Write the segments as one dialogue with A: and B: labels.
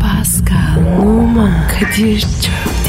A: Pascal, Oman, Kadir çok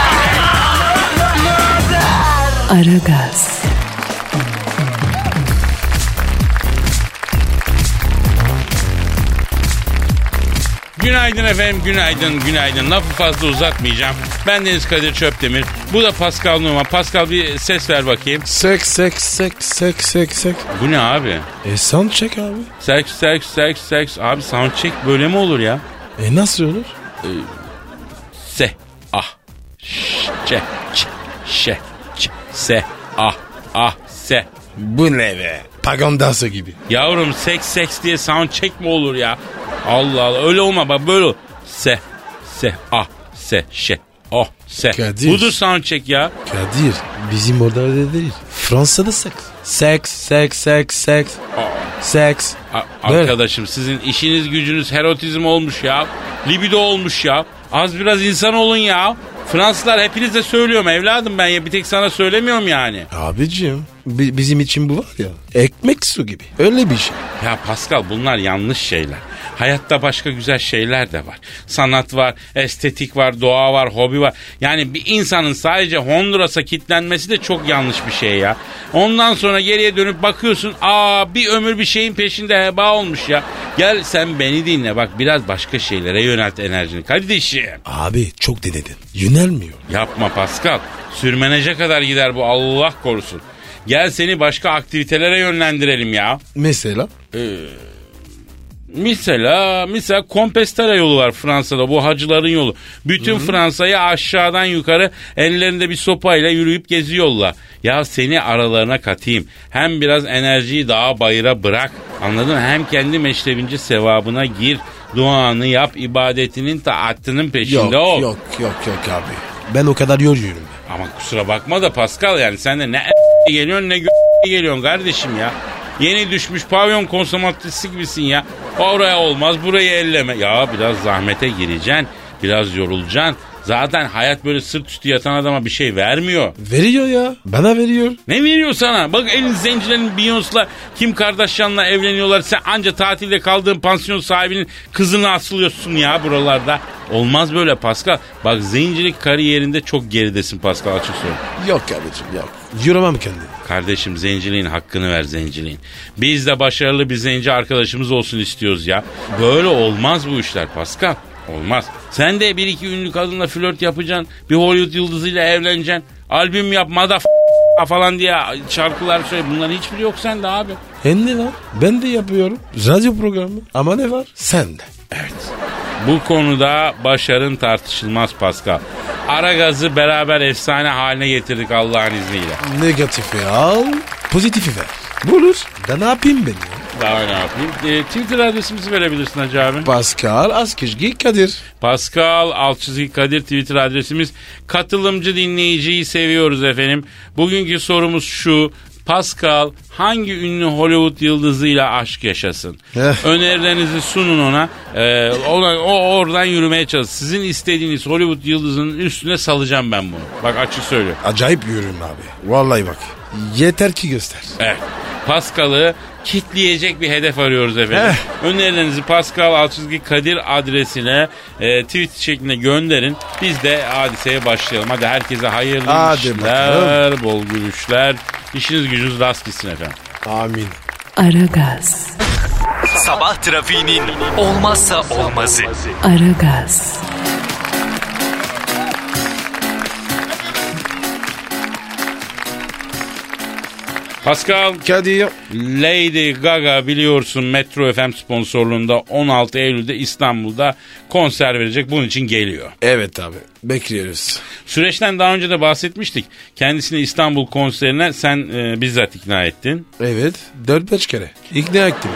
A: Aragaz,
B: Günaydın efendim, günaydın, günaydın. Lafı fazla uzatmayacağım. Ben Deniz Kadir Çöptemir. Bu da Pascal Numa. Pascal bir ses ver bakayım.
C: Sek sek sek sek sek sek.
B: Bu ne abi?
C: E sound check abi.
B: Seks, seks, seks, seks. Abi soundcheck böyle mi olur ya?
C: E nasıl olur?
B: Se, ah, ş, çe, ç, şe, ç, se, ah, ah, se.
C: Bu ne be? Pagan dansı gibi.
B: Yavrum seks seks diye soundcheck mi olur ya? Allah Allah öyle olma bak böyle ol. Se, se, ah, se, şe, oh, se.
C: Kadir.
B: Budur soundcheck ya.
C: Kadir bizim orada öyle değil. Fransa'da seks. Seks seks seks seks. Seks.
B: A-
C: Böyle.
B: arkadaşım sizin işiniz gücünüz herotizm olmuş ya. Libido olmuş ya. Az biraz insan olun ya. Fransızlar hepinize söylüyorum evladım ben ya bir tek sana söylemiyorum yani.
C: Abicim bi- bizim için bu var ya. Ekmek su gibi. Öyle bir şey.
B: Ya Pascal bunlar yanlış şeyler. Hayatta başka güzel şeyler de var. Sanat var, estetik var, doğa var, hobi var. Yani bir insanın sadece Honduras'a kitlenmesi de çok yanlış bir şey ya. Ondan sonra geriye dönüp bakıyorsun aa bir ömür bir şeyin peşinde heba olmuş ya. Gel sen beni dinle bak biraz başka şeylere yönelt enerjini kardeşim.
C: Abi çok denedin. Yönelmiyor.
B: Yapma Pascal. Sürmeneje kadar gider bu Allah korusun. Gel seni başka aktivitelere yönlendirelim ya.
C: Mesela?
B: Mesela, mesela Compostela yolu var Fransa'da bu hacıların yolu. Bütün Fransa'yı aşağıdan yukarı ellerinde bir sopayla yürüyüp geziyorlar. Ya seni aralarına katayım. Hem biraz enerjiyi daha bayıra bırak. Anladın mı? Hem kendi meşrebince sevabına gir. Duanı yap, ibadetinin taatının peşinde ol.
C: yok yok yok abi. Ben o kadar yoruyorum.
B: Ama kusura bakma da Pascal yani sen de ne geliyorsun ne gö- geliyorsun kardeşim ya. Yeni düşmüş pavyon konsomatrisi gibisin ya. Oraya olmaz burayı elleme. Ya biraz zahmete gireceksin. Biraz yorulacaksın. Zaten hayat böyle sırt üstü yatan adama bir şey vermiyor.
C: Veriyor ya. Bana veriyor.
B: Ne veriyor sana? Bak elin zencilerin Beyoncé'la Kim Kardashian'la evleniyorlar. Sen anca tatilde kaldığın pansiyon sahibinin kızını asılıyorsun ya buralarda. Olmaz böyle Pascal. Bak zencilik kariyerinde çok geridesin Pascal açık söyleyeyim.
C: Yok abicim yok. Yoramam kendimi.
B: Kardeşim zenciliğin hakkını ver zenciliğin. Biz de başarılı bir zenci arkadaşımız olsun istiyoruz ya. Böyle olmaz bu işler Pascal. Olmaz. Sen de bir iki ünlü kadınla flört yapacaksın. Bir Hollywood yıldızıyla evleneceksin. Albüm yap madaf falan diye şarkılar söyle. Bunların hiçbiri yok sende abi.
C: E ne var? Ben de yapıyorum. Radyo programı. Ama ne var? Sen de.
B: Evet. Bu konuda başarın tartışılmaz Pascal. Ara gazı beraber efsane haline getirdik Allah'ın izniyle.
C: Negatifi al. Pozitifi ver. Bulur. Da ne yapayım ben ya?
B: Daha ne yapayım? Ee, Twitter adresimizi verebilirsin Hacı abi.
C: Pascal Askizgi Kadir.
B: Pascal Alçızgi Kadir Twitter adresimiz. Katılımcı dinleyiciyi seviyoruz efendim. Bugünkü sorumuz şu. Pascal hangi ünlü Hollywood yıldızıyla aşk yaşasın?
C: Eh.
B: Önerilerinizi sunun ona. Ee, ona- o oradan yürümeye çalışsın. Sizin istediğiniz Hollywood yıldızının üstüne salacağım ben bunu. Bak açık söylüyorum.
C: Acayip yürüyorum abi. Vallahi bak. Yeter ki göster.
B: Evet. Pascal'ı kitleyecek bir hedef arıyoruz efendim. Önerilerinizi Pascal Alçızgi Kadir adresine e, tweet şeklinde gönderin. Biz de hadiseye başlayalım. Hadi herkese hayırlı
C: Hadi
B: işler, bol gülüşler. İşiniz gücünüz rast gitsin efendim.
C: Amin.
A: Aragaz,
D: Sabah trafiğinin olmazsa olmazı.
A: Aragaz,
B: Pascal
C: Kadir.
B: Lady Gaga biliyorsun Metro FM sponsorluğunda 16 Eylül'de İstanbul'da konser verecek. Bunun için geliyor.
C: Evet abi. Bekliyoruz.
B: Süreçten daha önce de bahsetmiştik. Kendisini İstanbul konserine sen e, bizzat ikna ettin.
C: Evet. 4-5 kere. İkna ettim.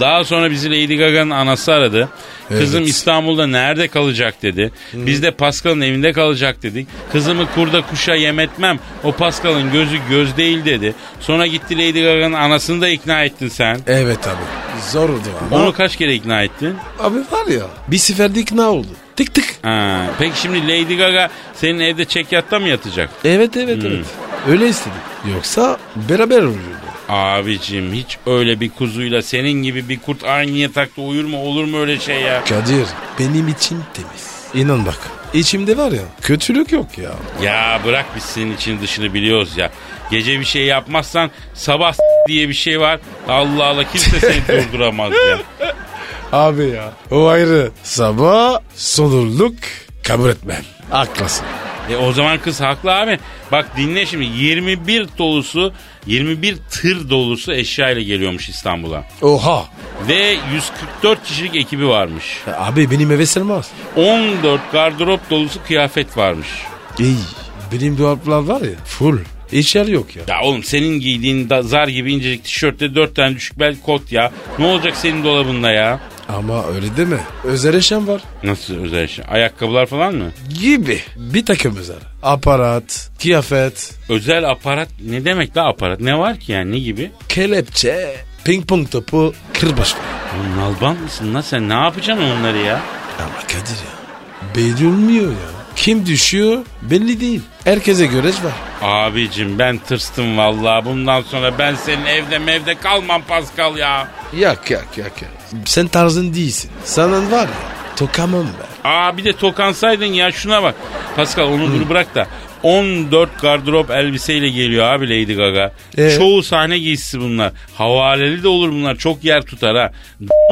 B: Daha sonra bizi Lady Gaga'nın anası aradı. Kızım İstanbul'da nerede kalacak dedi. Biz de Pascal'ın evinde kalacak dedik. Kızımı kurda kuşa yemetmem. O Pascal'ın gözü göz değil dedi. Sonra gitti Lady Gaga'nın anasını da ikna ettin sen.
C: Evet abi. Zor oldu ama.
B: Onu kaç kere ikna ettin?
C: Abi var ya. Bir seferde ikna oldu. Tık tık.
B: Ha, peki şimdi Lady Gaga senin evde çekyatta mı yatacak?
C: Evet evet evet. Öyle istedi. Yoksa beraber oluyordu.
B: Abicim hiç öyle bir kuzuyla senin gibi bir kurt aynı yatakta uyur mu olur mu öyle şey ya?
C: Kadir benim içim temiz. İnan bak. İçimde var ya kötülük yok ya.
B: Ya bırak biz senin için dışını biliyoruz ya. Gece bir şey yapmazsan sabah s- diye bir şey var. Allah Allah kimse seni durduramaz ya.
C: Abi ya. O ayrı. Sabah sonurluk kabul etmem. Haklısın.
B: E o zaman kız haklı abi. Bak dinle şimdi 21 dolusu 21 tır dolusu eşya ile geliyormuş İstanbul'a.
C: Oha.
B: Ve 144 kişilik ekibi varmış.
C: Ya Abi benim eve sarmaz.
B: 14 gardırop dolusu kıyafet varmış.
C: İyi. Benim dolaplar var ya full. Hiç yer yok ya.
B: Ya oğlum senin giydiğin da- zar gibi incecik tişörtte 4 tane düşük bel kot ya. Ne olacak senin dolabında ya?
C: Ama öyle deme. Özel eşyam var.
B: Nasıl özel şey? Ayakkabılar falan mı?
C: Gibi. Bir takım özel. Aparat, kıyafet,
B: Özel aparat ne demek la aparat? Ne var ki yani ne gibi?
C: kelepçe, ping pong topu, kırbaç var.
B: Oğlum nalban mısın lan sen? Ne yapacaksın onları ya?
C: Ama Kadir ya. Belli olmuyor ya. Kim düşüyor belli değil. Herkese göre var.
B: Abicim ben tırstım vallahi. Bundan sonra ben senin evde mevde kalmam Pascal ya.
C: Yak yak yak yak. Sen tarzın değilsin. Sana var ya tokamam ben.
B: Aa bir de tokansaydın ya şuna bak. Pascal onu dur bırak da. 14 gardırop elbiseyle geliyor abi Lady Gaga.
C: Ee?
B: Çoğu sahne giysisi bunlar. Havaleli de olur bunlar. Çok yer tutar ha.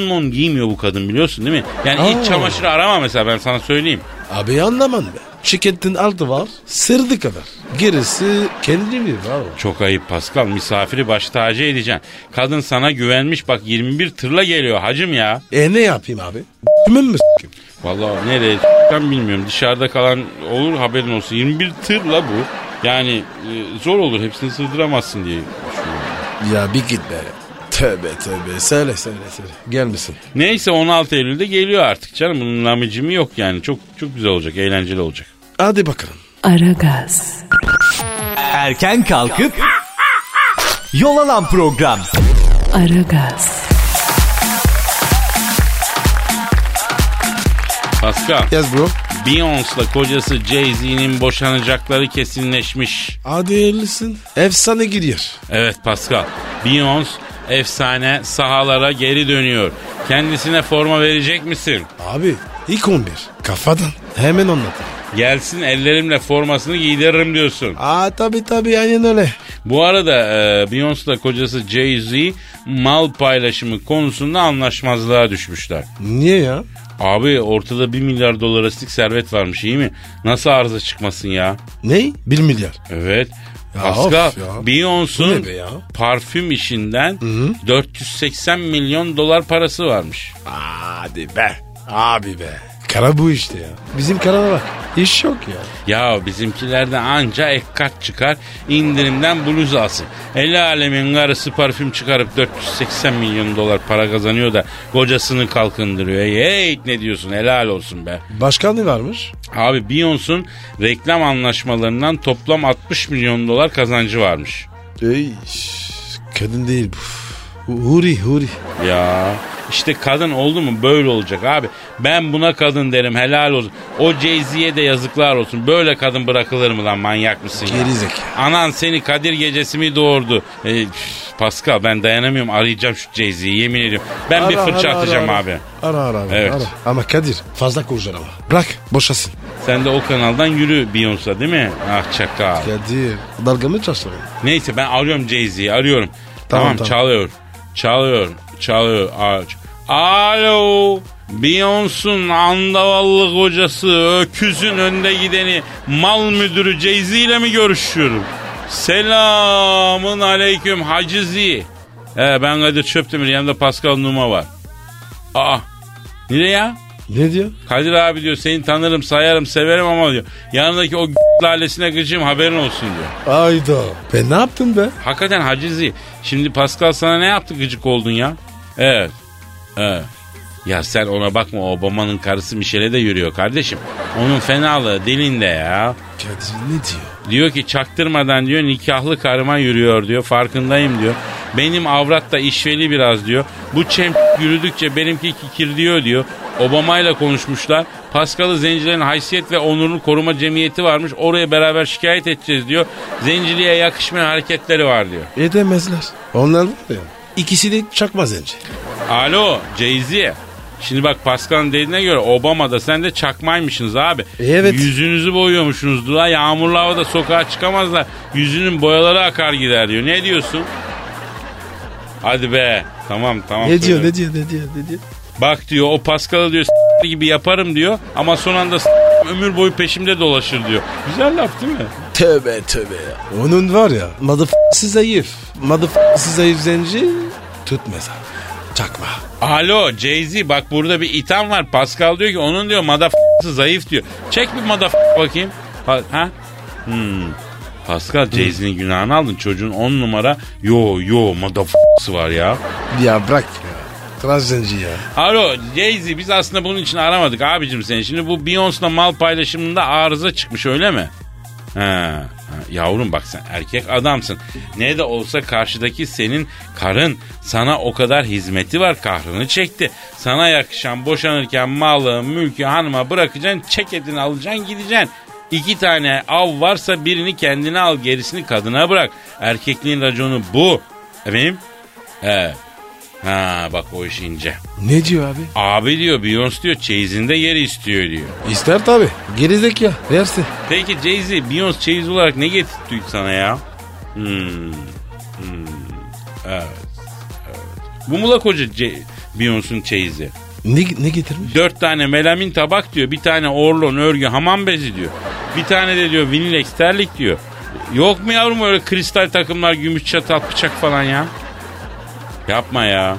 B: Don giymiyor bu kadın biliyorsun değil mi? Yani
C: Aa.
B: iç çamaşırı arama mesela ben sana söyleyeyim.
C: Abi anlamam be. Şirketin altı var. Sırdı kadar. Gerisi kendi mi var? o?
B: Çok ayıp Pascal. Misafiri baş tacı edeceksin. Kadın sana güvenmiş. Bak 21 tırla geliyor hacım ya.
C: E ne yapayım abi? Kimin mi s**eyim?
B: Vallahi nereye s**tten bilmiyorum. Dışarıda kalan olur haberin olsun. 21 tırla bu. Yani e, zor olur. Hepsini sığdıramazsın diye düşünüyorum.
C: Ya bir git be. Tövbe tövbe. Söyle söyle söyle. Gelmesin.
B: Neyse 16 Eylül'de geliyor artık canım. Bunun namicimi yok yani. Çok çok güzel olacak. Eğlenceli olacak.
C: Hadi bakalım.
A: Aragaz,
D: Erken kalkıp yol alan program.
A: Aragaz,
B: Pascal,
C: Yaz bro.
B: Beyoncé'la kocası Jay-Z'nin boşanacakları kesinleşmiş.
C: Hadi hayırlısın. Efsane giriyor.
B: Evet Pascal. Beyoncé efsane sahalara geri dönüyor. Kendisine forma verecek misin?
C: Abi ilk 11. Kafadan. Hemen anlat.
B: Gelsin ellerimle formasını giydiririm diyorsun.
C: Aa tabi tabi aynen öyle.
B: Bu arada e, Beyoncé'la kocası Jay-Z mal paylaşımı konusunda anlaşmazlığa düşmüşler.
C: Niye ya?
B: Abi ortada 1 milyar dolar asitlik servet varmış iyi mi? Nasıl arıza çıkmasın ya?
C: Ne? 1 milyar.
B: Evet.
C: Ya
B: Pascal,
C: of ya. Bu ne be ya?
B: Beyoncé'un parfüm işinden 480 milyon dolar parası varmış.
C: Hadi be. Abi be. Kara bu işte ya. Bizim karana bak. İş yok ya.
B: Ya bizimkilerde anca ek kart çıkar indirimden bluz alsın. El alemin karısı parfüm çıkarıp 480 milyon dolar para kazanıyor da kocasını kalkındırıyor. Hey ne diyorsun helal olsun be.
C: Başka ne varmış?
B: Abi Beyoncé'un reklam anlaşmalarından toplam 60 milyon dolar kazancı varmış.
C: Ey, kadın değil bu. Huri huri.
B: Ya işte kadın oldu mu böyle olacak abi. Ben buna kadın derim helal olsun. O Jay-Z'ye de yazıklar olsun. Böyle kadın bırakılır mı lan manyak mısın ya?
C: Gerizekalı.
B: Anan seni Kadir gecesi mi doğurdu? E, üf, Pascal ben dayanamıyorum arayacağım şu Jay-Z'yi yemin ediyorum. Ben bir fırça atacağım
C: ara,
B: abi.
C: Ara ara abi.
B: Evet.
C: Ara. Ama Kadir fazla kurcalama. Bırak boşasın.
B: Sen de o kanaldan yürü Beyoncé değil mi? Ah çakal.
C: Kadir dalga mı çalıştın?
B: Neyse ben arıyorum Jay-Z'yi arıyorum. Tamam,
C: tamam.
B: çalıyor. Çalıyor. Çalıyor. Aç. Alo. Beyoncé'un andavallı kocası öküzün önde gideni mal müdürü Jay-Z ile mi görüşüyorum? Selamın aleyküm Hacı Z. He, ben Kadir Çöptemir yanımda Pascal Numa var. Aa nereye ya?
C: Ne diyor?
B: Kadir abi diyor seni tanırım sayarım severim ama diyor yanındaki o lalesine gıcığım haberin olsun diyor.
C: Ayda. Ben ne yaptım be?
B: Hakikaten Hacizi. Şimdi Pascal sana ne yaptı gıcık oldun ya? Evet. He. Ya sen ona bakma Obama'nın karısı Michelle'e de yürüyor kardeşim. Onun fenalığı dilinde ya.
C: Kadir ne diyor?
B: Diyor ki çaktırmadan diyor nikahlı karıma yürüyor diyor. Farkındayım diyor. Benim avrat da işveli biraz diyor. Bu çem yürüdükçe benimki kikir diyor diyor. Obama ile konuşmuşlar. Paskalı zencilerin haysiyet ve onurunu koruma cemiyeti varmış. Oraya beraber şikayet edeceğiz diyor. Zenciliğe yakışmayan hareketleri var diyor.
C: Edemezler. Onlar var ya. İkisi de çakmaz önce.
B: Alo Jay-Z. Şimdi bak Pascal'ın dediğine göre Obama'da sen de çakmaymışsınız abi.
C: Evet.
B: Yüzünüzü boyuyormuşsunuz. Daha yağmurlu havada sokağa çıkamazlar. Yüzünün boyaları akar gider diyor. Ne diyorsun? Hadi be. Tamam tamam.
C: Ne diyor
B: söylüyorum.
C: ne diyor ne diyor ne diyor?
B: Bak diyor o Pascal'ı diyor "S- gibi yaparım diyor. Ama son anda "S- ömür boyu peşimde dolaşır diyor. Güzel laf değil mi?
C: Tövbe tövbe ya. Onun var ya motherf***'si zayıf. Motherf***'si zayıf zenci tutmaz abi. Çakma.
B: Alo Jay-Z bak burada bir itham var. Pascal diyor ki onun diyor madafası zayıf diyor. Çek bir madaf bakayım. Pa- ha? Hmm. Pascal Jay-Z'nin günahını aldın. Çocuğun on numara yo yo madafası var ya.
C: Ya bırak ya. Tıraş zenci ya.
B: Alo Jay-Z biz aslında bunun için aramadık abicim seni. Şimdi bu Beyoncé'la mal paylaşımında arıza çıkmış öyle mi? Ha, ha, yavrum bak sen erkek adamsın. Ne de olsa karşıdaki senin karın sana o kadar hizmeti var kahrını çekti. Sana yakışan boşanırken malı mülkü hanıma bırakacaksın çeketini alacaksın gideceksin. İki tane av varsa birini kendine al gerisini kadına bırak. Erkekliğin raconu bu. Efendim? He. Ha bak o iş ince.
C: Ne diyor abi?
B: Abi diyor Beyoncé diyor çeyizinde yeri istiyor diyor.
C: İster tabi. Gerizek ya. Versin.
B: Peki Jay-Z Beyoncé çeyiz olarak ne getirtti sana ya? Hmm. hmm, Evet. evet. Bu mu la koca Ce- Beyoncé'nun çeyizi?
C: Ne, ne getirmiş?
B: Dört tane melamin tabak diyor. Bir tane orlon örgü hamam bezi diyor. Bir tane de diyor vinilex terlik diyor. Yok mu yavrum öyle kristal takımlar, gümüş çatal, bıçak falan ya? Yapma ya.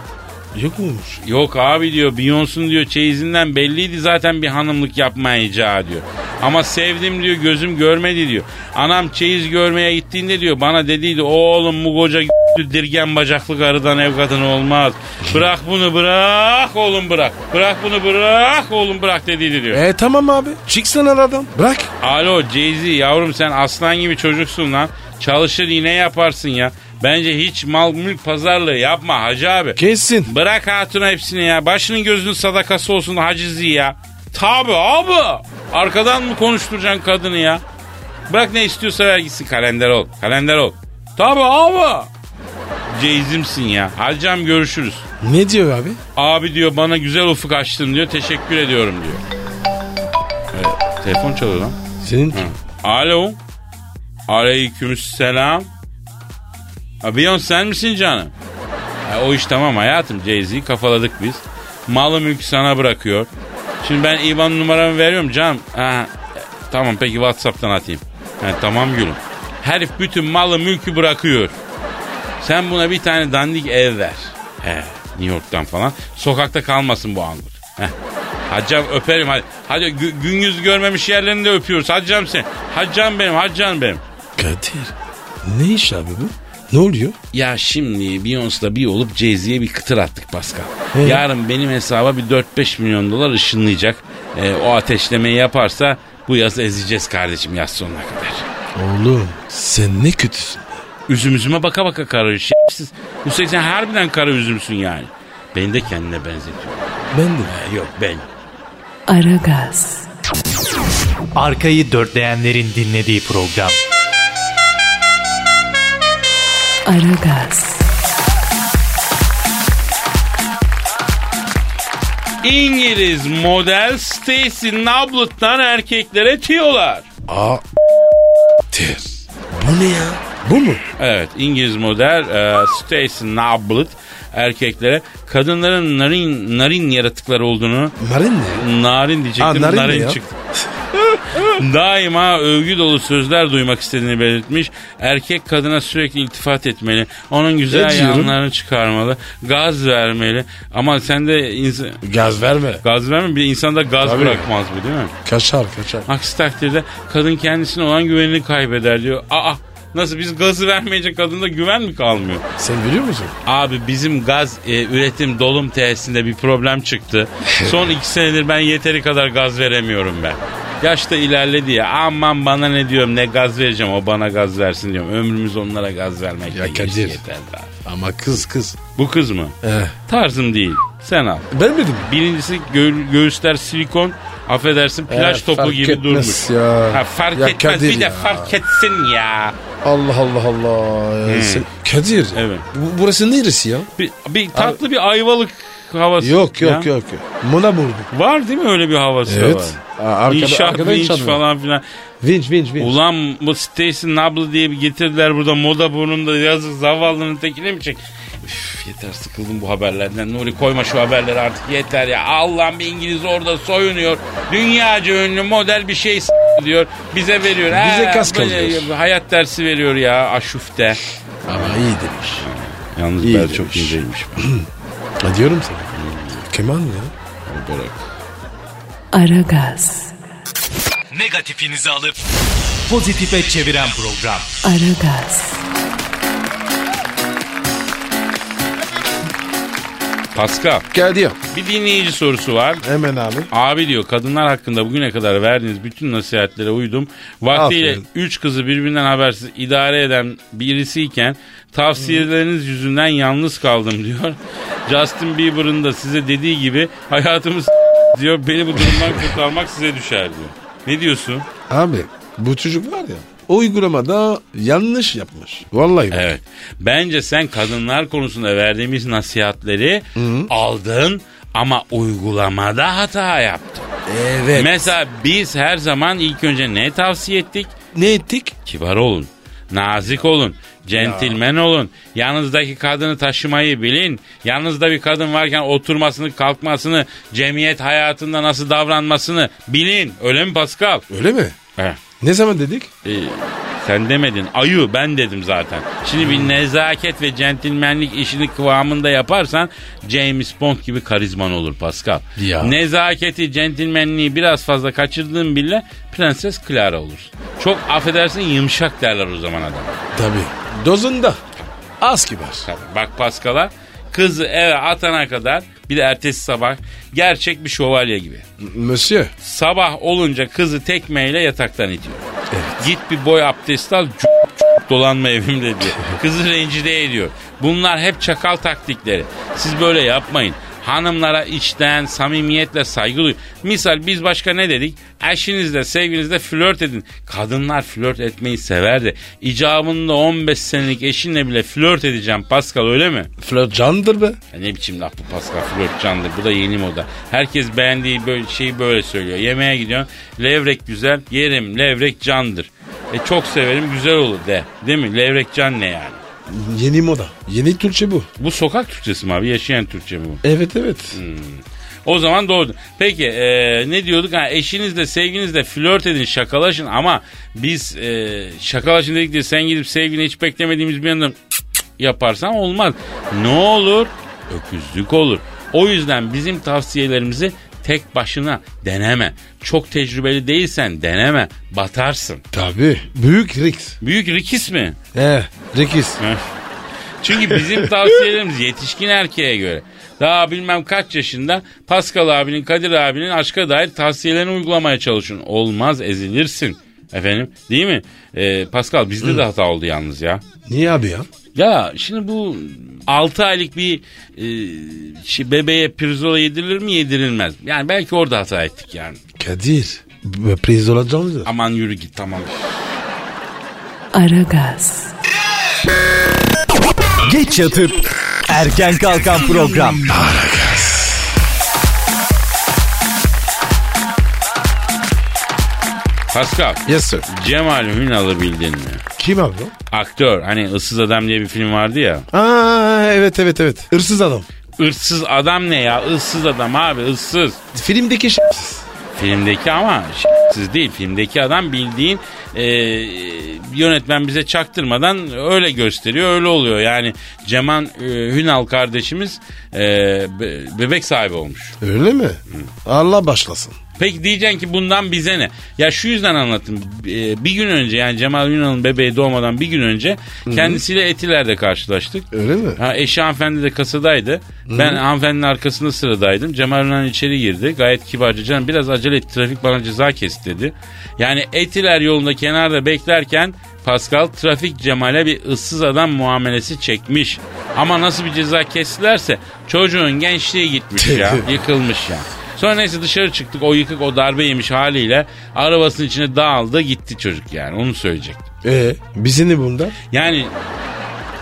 C: Yok muymuş?
B: Yok abi diyor Beyoncé'nun diyor çeyizinden belliydi zaten bir hanımlık yapmayacağı diyor. Ama sevdim diyor gözüm görmedi diyor. Anam çeyiz görmeye gittiğinde diyor bana dediydi oğlum bu koca dirgen bacaklı karıdan ev kadını olmaz. Bırak bunu bırak oğlum bırak. Bırak bunu bırak oğlum bırak dediydi diyor.
C: E tamam abi. Çıksın aradan. Bırak.
B: Alo Jay-Z yavrum sen aslan gibi çocuksun lan. Çalışır yine yaparsın ya. Bence hiç mal mülk pazarlığı yapma hacı abi.
C: Kessin.
B: Bırak hatuna hepsini ya. Başının gözünün sadakası olsun hacizi ya. Tabi abi. Arkadan mı konuşturacaksın kadını ya? Bırak ne istiyorsa ver gitsin. Kalender ol. Kalender ol. Tabi abi. Ceyizimsin ya. Hacam görüşürüz.
C: Ne diyor abi?
B: Abi diyor bana güzel ufuk açtın diyor. Teşekkür ediyorum diyor. Evet, telefon çalıyor lan.
C: Senin
B: Alo. Aleykümselam. Ha, Beyoncé sen misin canım? Ha, o iş tamam hayatım. Jay-Z'yi kafaladık biz. Malı mülkü sana bırakıyor. Şimdi ben IBAN numaramı veriyorum canım. Ha, e, tamam peki Whatsapp'tan atayım. Ha, tamam gülüm. Herif bütün malı mülkü bırakıyor. Sen buna bir tane dandik ev ver. He, New York'tan falan. Sokakta kalmasın bu angur. Heh. Hacam öperim hadi. Hadi gü- gün yüz görmemiş yerlerini de öpüyoruz. Hacam sen. Hacam benim, hacam benim.
C: Kadir. Ne iş abi bu? Ne oluyor?
B: Ya şimdi Beyoncé'la bir olup Jay-Z'ye bir kıtır attık Pascal.
C: He.
B: Yarın benim hesaba bir 4-5 milyon dolar ışınlayacak. Ee, o ateşlemeyi yaparsa bu yaz ezeceğiz kardeşim yaz sonuna kadar.
C: Oğlum sen ne kötüsün.
B: Üzüm üzüme baka baka kararıyor şerefsiz. Üstelik sen harbiden kara üzümsün yani. Beni de kendine benzetiyor.
C: Ben de.
B: Ha, Yok ben.
A: Aragaz,
D: Arkayı dörtleyenlerin dinlediği program.
A: Aragaz,
B: İngiliz model Stacy Nablet'tan erkeklere tiyolar.
C: Aa. Ter. Bu ne ya? Bu mu?
B: Evet İngiliz model e, Stacy Nablet erkeklere kadınların narin narin yaratıkları olduğunu
C: Narin ne?
B: narin diyecektim
C: Ha, narin
B: narin,
C: mi ya?
B: çıktı. Daima övgü dolu sözler duymak istediğini belirtmiş. Erkek kadına sürekli iltifat etmeli. Onun
C: Ne
B: güzel
C: diyorum?
B: yanlarını çıkarmalı. Gaz vermeli. Ama sen de insan-
C: Gaz verme.
B: gaz verme bir insanda gaz
C: Tabii.
B: bırakmaz bu değil mi?
C: Kaçar kaçar.
B: Aksi takdirde kadın kendisine olan güvenini kaybeder diyor. Aa Nasıl biz gazı vermeyecek kadında güven mi kalmıyor?
C: Sen biliyor musun?
B: Abi bizim gaz e, üretim dolum tesisinde bir problem çıktı. Son iki senedir ben yeteri kadar gaz veremiyorum ben. Yaşta ilerledi ya aman bana ne diyorum ne gaz vereceğim o bana gaz versin diyorum. Ömrümüz onlara gaz vermek
C: Ya Kadir.
B: yeter be abi.
C: Ama kız kız.
B: Bu kız mı?
C: Eh.
B: Tarzım değil. Sen al.
C: Ben miydim?
B: Birincisi gö- göğüsler silikon affedersin plaj
C: Eh,
B: topu
C: fark
B: gibi
C: etmez
B: durmuş.
C: ya.
B: Ha, fark
C: Ya
B: etmez
C: Kadir
B: bir de
C: ya.
B: fark etsin ya.
C: Allah Allah Allah. Sen- Kadir.
B: Evet.
C: Bu, burası neresi ya?
B: Bir, bir tatlı bir ayvalık havası.
C: Yok
B: ya.
C: yok yok. Muna burdu.
B: Var değil mi öyle bir havası
C: Evet.
B: da var?
C: Aa, arkada-
B: İnşaat
C: arkada
B: vinç
C: inşaat var.
B: falan filan.
C: Vinç vinç vinç.
B: Ulan bu Stacy Nabla diye bir getirdiler burada moda burnunda yazık zavallının tekine mi çek? Üf, yeter sıkıldım bu haberlerden. Nuri koyma şu haberleri artık yeter ya. Allah'ım bir İngiliz orada soyunuyor. Dünyaca ünlü model bir şey s- diyor. Bize veriyor.
C: Bize kas
B: böyle
C: kalıyor.
B: Hayat dersi veriyor ya aşufte.
C: Ama iyi demiş.
B: Yalnız
C: İyi
B: ben
C: demiş.
B: çok inceymiş.
C: Ha, diyorum sana. Kemal ya.
A: Aragaz,
D: Negatifinizi alıp pozitife çeviren program.
A: Aragaz,
B: Pascal
C: Kadir.
B: bir dinleyici sorusu var.
C: Hemen abi.
B: Abi diyor kadınlar hakkında bugüne kadar verdiğiniz bütün nasihatlere uydum. Vaktiyle
C: Aferin.
B: üç kızı birbirinden habersiz idare eden birisiyken tavsiyeleriniz yüzünden yalnız kaldım diyor. Justin Bieber'ın da size dediği gibi hayatımız diyor beni bu durumdan kurtarmak size düşer diyor. Ne diyorsun?
C: Abi bu çocuk var ya. O uygulamada yanlış yapmış. Vallahi. bak.
B: Evet. Bence sen kadınlar konusunda verdiğimiz nasihatleri aldın ama uygulamada hata yaptın.
C: Evet.
B: Mesela biz her zaman ilk önce ne tavsiye ettik?
C: ne ettik?
B: kibar olun. Nazik olun, centilmen olun, yanınızdaki kadını taşımayı bilin, yanınızda bir kadın varken oturmasını, kalkmasını, cemiyet hayatında nasıl davranmasını bilin. Öyle mi Pascal?
C: Öyle mi?
B: He.
C: Ne zaman dedik?
B: Ee, sen demedin, ayu ben dedim zaten. Şimdi bir nezaket ve centilmenlik işini kıvamında yaparsan James Bond gibi karizman olur Pascal.
C: Ya.
B: Nezaketi, centilmenliği biraz fazla kaçırdığın bile Prenses Clara olur. Çok affedersin yumuşak derler o zaman adam.
C: Tabii. Dozunda. Az kibar.
B: Tabii. Bak Pascal'a kızı eve atana kadar bir de ertesi sabah gerçek bir şövalye gibi.
C: Monsieur.
B: Sabah olunca kızı tekmeyle yataktan itiyor. Git bir boy abdesti al c- c- dolanma evimde diyor. Kızı rencide ediyor. Bunlar hep çakal taktikleri. Siz böyle yapmayın. Hanımlara içten samimiyetle saygı duyun. Misal biz başka ne dedik? Eşinizle, sevgilinizle flört edin. Kadınlar flört etmeyi sever de. İcabında 15 senelik eşinle bile flört edeceğim Pascal öyle mi?
C: Flört candır be.
B: Ya ne biçim laf bu Pascal flört candır. Bu da yeni moda. Herkes beğendiği böyle şeyi böyle söylüyor. Yemeğe gidiyorsun. Levrek güzel. Yerim levrek candır. E çok severim güzel olur de. Değil mi? Levrek can ne yani?
C: Yeni moda. Yeni Türkçe bu.
B: Bu sokak Türkçesi mi abi? Yaşayan Türkçe mi bu?
C: Evet evet.
B: O zaman doğru. Peki e, ne diyorduk? Ha, eşinizle sevginizle flört edin şakalaşın ama biz e, şakalaşın dedik diye sen gidip sevgini hiç beklemediğimiz bir yandan yaparsan olmaz. Ne olur? Öküzlük olur. O yüzden bizim tavsiyelerimizi tek başına deneme. Çok tecrübeli değilsen deneme. Batarsın.
C: Tabii. Büyük Rix.
B: Büyük rikis mi?
C: He. Rix.
B: Çünkü bizim tavsiyelerimiz yetişkin erkeğe göre. Daha bilmem kaç yaşında Pascal abinin, Kadir abinin aşka dair tavsiyelerini uygulamaya çalışın. Olmaz ezilirsin. Efendim değil mi? Ee, Pascal bizde de hata oldu yalnız ya.
C: Niye abi ya?
B: Ya şimdi bu 6 aylık bir e, şey, bebeğe pirzola yedirilir mi yedirilmez. mi? Yani belki orada hata ettik yani.
C: Kadir. b- Priz olacağım da.
B: Aman yürü git tamam.
A: Aragaz,
D: Geç yatıp erken kalkan program.
B: Pascal
C: Yes sir.
B: Cemal Hünal'ı bildin mi?
C: Kim abi o?
B: Aktör hani ıssız adam diye bir film vardı ya.
C: Aa evet evet evet. Hırsız adam.
B: Issız adam ne ya? Issız adam abi ıssız.
C: Filmdeki ş-
B: Filmdeki ama ş**siz değil. Filmdeki adam bildiğin e, yönetmen bize çaktırmadan öyle gösteriyor öyle oluyor. Yani Ceman e, Hünal kardeşimiz e, be- bebek sahibi olmuş.
C: Öyle mi? Hmm. Allah başlasın.
B: Peki diyeceksin ki bundan bize ne? Ya şu yüzden anlattım. Ee, Bir gün önce yani Cemal Ünal'ın bebeği doğmadan bir gün önce kendisiyle Etiler'de karşılaştık.
C: Öyle mi?
B: Ha, eşi hanımefendi de kasadaydı. Ben hanımefendinin arkasında sıradaydım. Cemal Ünal içeri girdi. Gayet kibarca canım biraz acele et trafik bana ceza kesti dedi. Yani Etiler yolunda kenarda beklerken Pascal trafik Cemal'e bir ıssız adam muamelesi çekmiş. Ama nasıl bir ceza kestilerse çocuğun gençliği gitmiş ya. Yıkılmış ya. Sonra neyse dışarı çıktık. O yıkık o darbe yemiş haliyle arabasının içine dağıldı gitti çocuk yani onu söyleyecektim.
C: Ee, bizi ne bundan?
B: Yani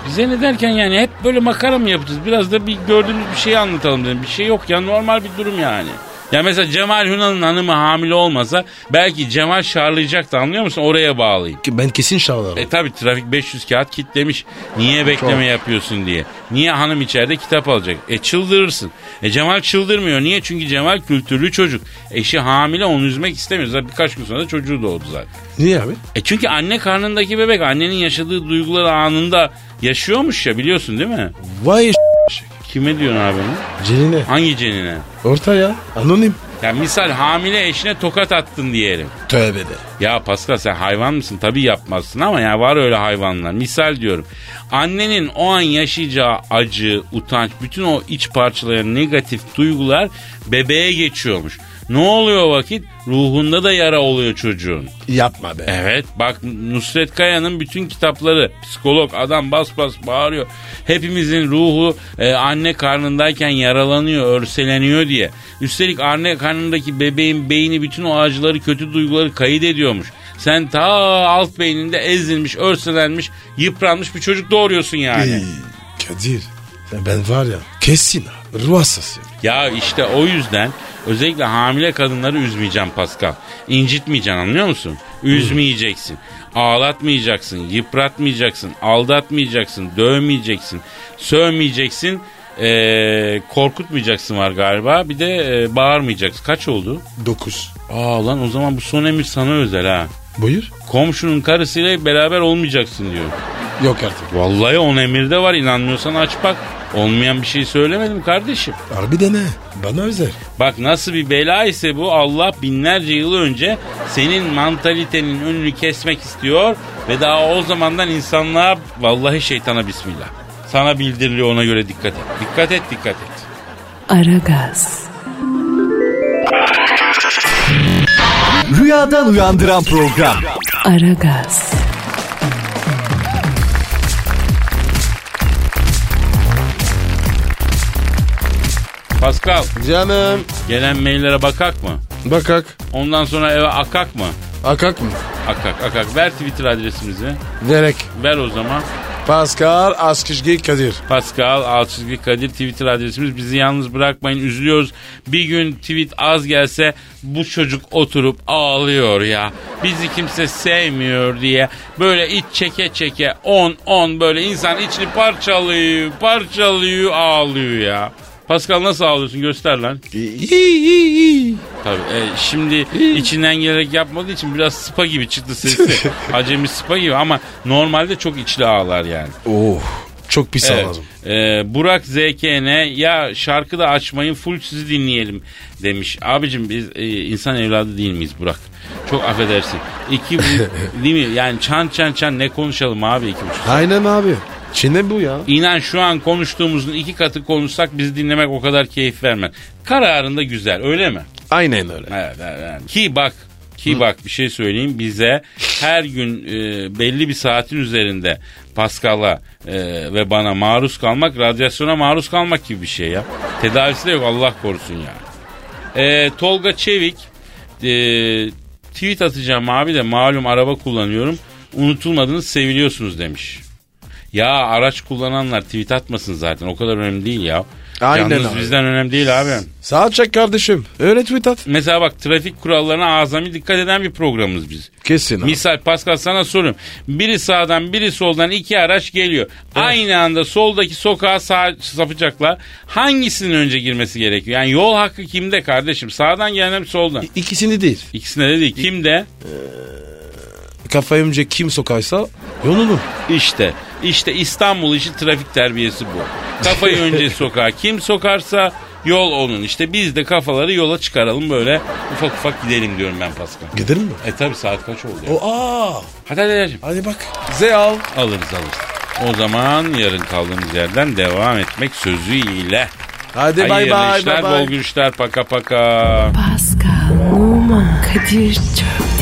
B: bize ne derken yani hep böyle makara mı yapacağız? Biraz da bir gördüğümüz bir şeyi anlatalım dedim. Bir şey yok ya normal bir durum yani. Ya mesela Cemal Hünal'ın hanımı hamile olmasa belki Cemal şarlayacaktı anlıyor musun? Oraya bağlayayım.
C: Ki Ben kesin şavlarım.
B: E tabi trafik 500 kağıt kitlemiş. Niye bekleme yapıyorsun diye. Niye hanım içeride kitap alacak? E çıldırırsın. E Cemal çıldırmıyor. Niye? Çünkü Cemal kültürlü çocuk. Eşi hamile onu üzmek istemiyor. Zaten birkaç gün sonra da çocuğu doğdu zaten.
C: Niye abi?
B: E çünkü anne karnındaki bebek annenin yaşadığı duyguları anında yaşıyormuş ya biliyorsun değil mi?
C: Vay
B: Kime diyorsun abi onu?
C: Celine.
B: Hangi cenine?
C: Orta ya. Anonim.
B: Ya misal hamile eşine tokat attın diyelim.
C: Tövbe de.
B: Ya Pascal sen hayvan mısın? Tabii yapmazsın ama ya var öyle hayvanlar. Misal diyorum. Annenin o an yaşayacağı acı, utanç, bütün o iç parçalayan negatif duygular bebeğe geçiyormuş. Ne oluyor o vakit? Ruhunda da yara oluyor çocuğun.
C: Yapma be.
B: Evet bak Nusret Kaya'nın bütün kitapları psikolog adam bas bas bağırıyor. Hepimizin ruhu e, anne karnındayken yaralanıyor, örseleniyor diye. Üstelik anne karnındaki bebeğin beyni bütün o acıları, kötü duyguları kayıt ediyormuş. Sen ta alt beyninde ezilmiş, örselenmiş, yıpranmış bir çocuk doğuruyorsun yani.
C: Ey, Kadir. sen Ben var ya. Kesin ha. Ruh hastası.
B: Ya işte o yüzden özellikle hamile kadınları üzmeyeceğim Pascal. İncitmeyeceksin anlıyor musun? Üzmeyeceksin. Ağlatmayacaksın, yıpratmayacaksın, aldatmayacaksın, dövmeyeceksin, sövmeyeceksin, ee, korkutmayacaksın var galiba. Bir de ee, bağırmayacaksın. Kaç oldu?
C: 9.
B: Aa lan o zaman bu son emir sana özel ha.
C: Buyur.
B: Komşunun karısıyla beraber olmayacaksın diyor.
C: Yok artık.
B: Vallahi on emirde var inanmıyorsan aç bak. Olmayan bir şey söylemedim kardeşim.
C: Harbi de ne? Bana özel.
B: Bak nasıl bir bela ise bu Allah binlerce yıl önce senin mantalitenin önünü kesmek istiyor ve daha o zamandan insanlığa vallahi şeytana bismillah. Sana bildiriliyor ona göre dikkat et. Dikkat et dikkat et.
A: Aragaz,
D: Rüyadan uyandıran program.
A: Aragaz,
B: Pascal
C: Canım.
B: gelen maillere bakak mı?
C: Bakak.
B: Ondan sonra eve akak mı?
C: Akak mı?
B: Akak akak. Ver Twitter adresimizi.
C: Gerek.
B: Ver o zaman.
C: Pascal Askışgi Kadir.
B: Pascal Alçızgı Kadir Twitter adresimiz. Bizi yalnız bırakmayın üzülüyoruz. Bir gün tweet az gelse bu çocuk oturup ağlıyor ya. Bizi kimse sevmiyor diye böyle iç çeke çeke 10-10 böyle insan içini parçalıyor parçalıyor ağlıyor ya. Pascal nasıl ağlıyorsun göster lan.
C: İyi iyi iyi.
B: Tabii e, şimdi içinden gelerek yapmadığı için biraz spa gibi çıktı sesi. Acemi spa gibi ama normalde çok içli ağlar yani.
C: Oh. Çok pis
B: Evet.
C: ağladım.
B: Ee, Burak ZKN ya şarkı da açmayın full sizi dinleyelim demiş. Abicim biz e, insan evladı değil miyiz Burak? Çok affedersin. İki bu- değil mi? Yani çan çan çan ne konuşalım abi iki buçuk.
C: Aynen abi. Çin'e bu ya.
B: İnan şu an konuştuğumuzun iki katı konuşsak bizi dinlemek o kadar keyif vermez. Kararında güzel öyle mi?
C: Aynen öyle.
B: Evet, evet, evet. Ki bak ki bak bir şey söyleyeyim bize her gün e, belli bir saatin üzerinde Pascal'a e, ve bana maruz kalmak radyasyona maruz kalmak gibi bir şey ya. Tedavisi de yok Allah korusun yani. E, Tolga Çevik e, tweet atacağım abi de malum araba kullanıyorum unutulmadınız seviliyorsunuz demiş. Ya araç kullananlar tweet atmasın zaten o kadar önemli değil ya.
C: Aynen
B: Yalnız
C: abi.
B: bizden önemli değil abi.
C: Sağ çek kardeşim. Öyle tweet at.
B: Mesela bak trafik kurallarına azami dikkat eden bir programımız biz.
C: Kesin abi.
B: Misal Pascal sana soruyorum. Biri sağdan biri soldan iki araç geliyor. Aynı anda soldaki sokağa sağ, sapacaklar. Hangisinin önce girmesi gerekiyor? Yani yol hakkı kimde kardeşim? Sağdan gelen mi soldan?
C: İkisini değil.
B: İkisine de değil. Kimde?
C: Kafayı önce kim sokaysa yolunu.
B: İşte. İşte İstanbul işi trafik terbiyesi bu. Kafayı önce sokağa kim sokarsa Yol onun işte. Biz de kafaları yola çıkaralım böyle ufak ufak gidelim diyorum ben Pascal.
C: Gidelim mi?
B: E tabi saat kaç oldu? ya?
C: O aa.
B: Hadi hadi hadi.
C: Hadi bak. Bize al.
B: Alırız alırız. O zaman yarın kaldığımız yerden devam etmek sözüyle.
C: Hadi bay
B: Hayırlı
C: bay.
B: işler,
C: bay bay.
B: bol gülüşler, paka paka.
A: Pascal, Oman, Kadir çok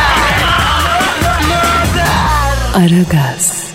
A: Aragaz.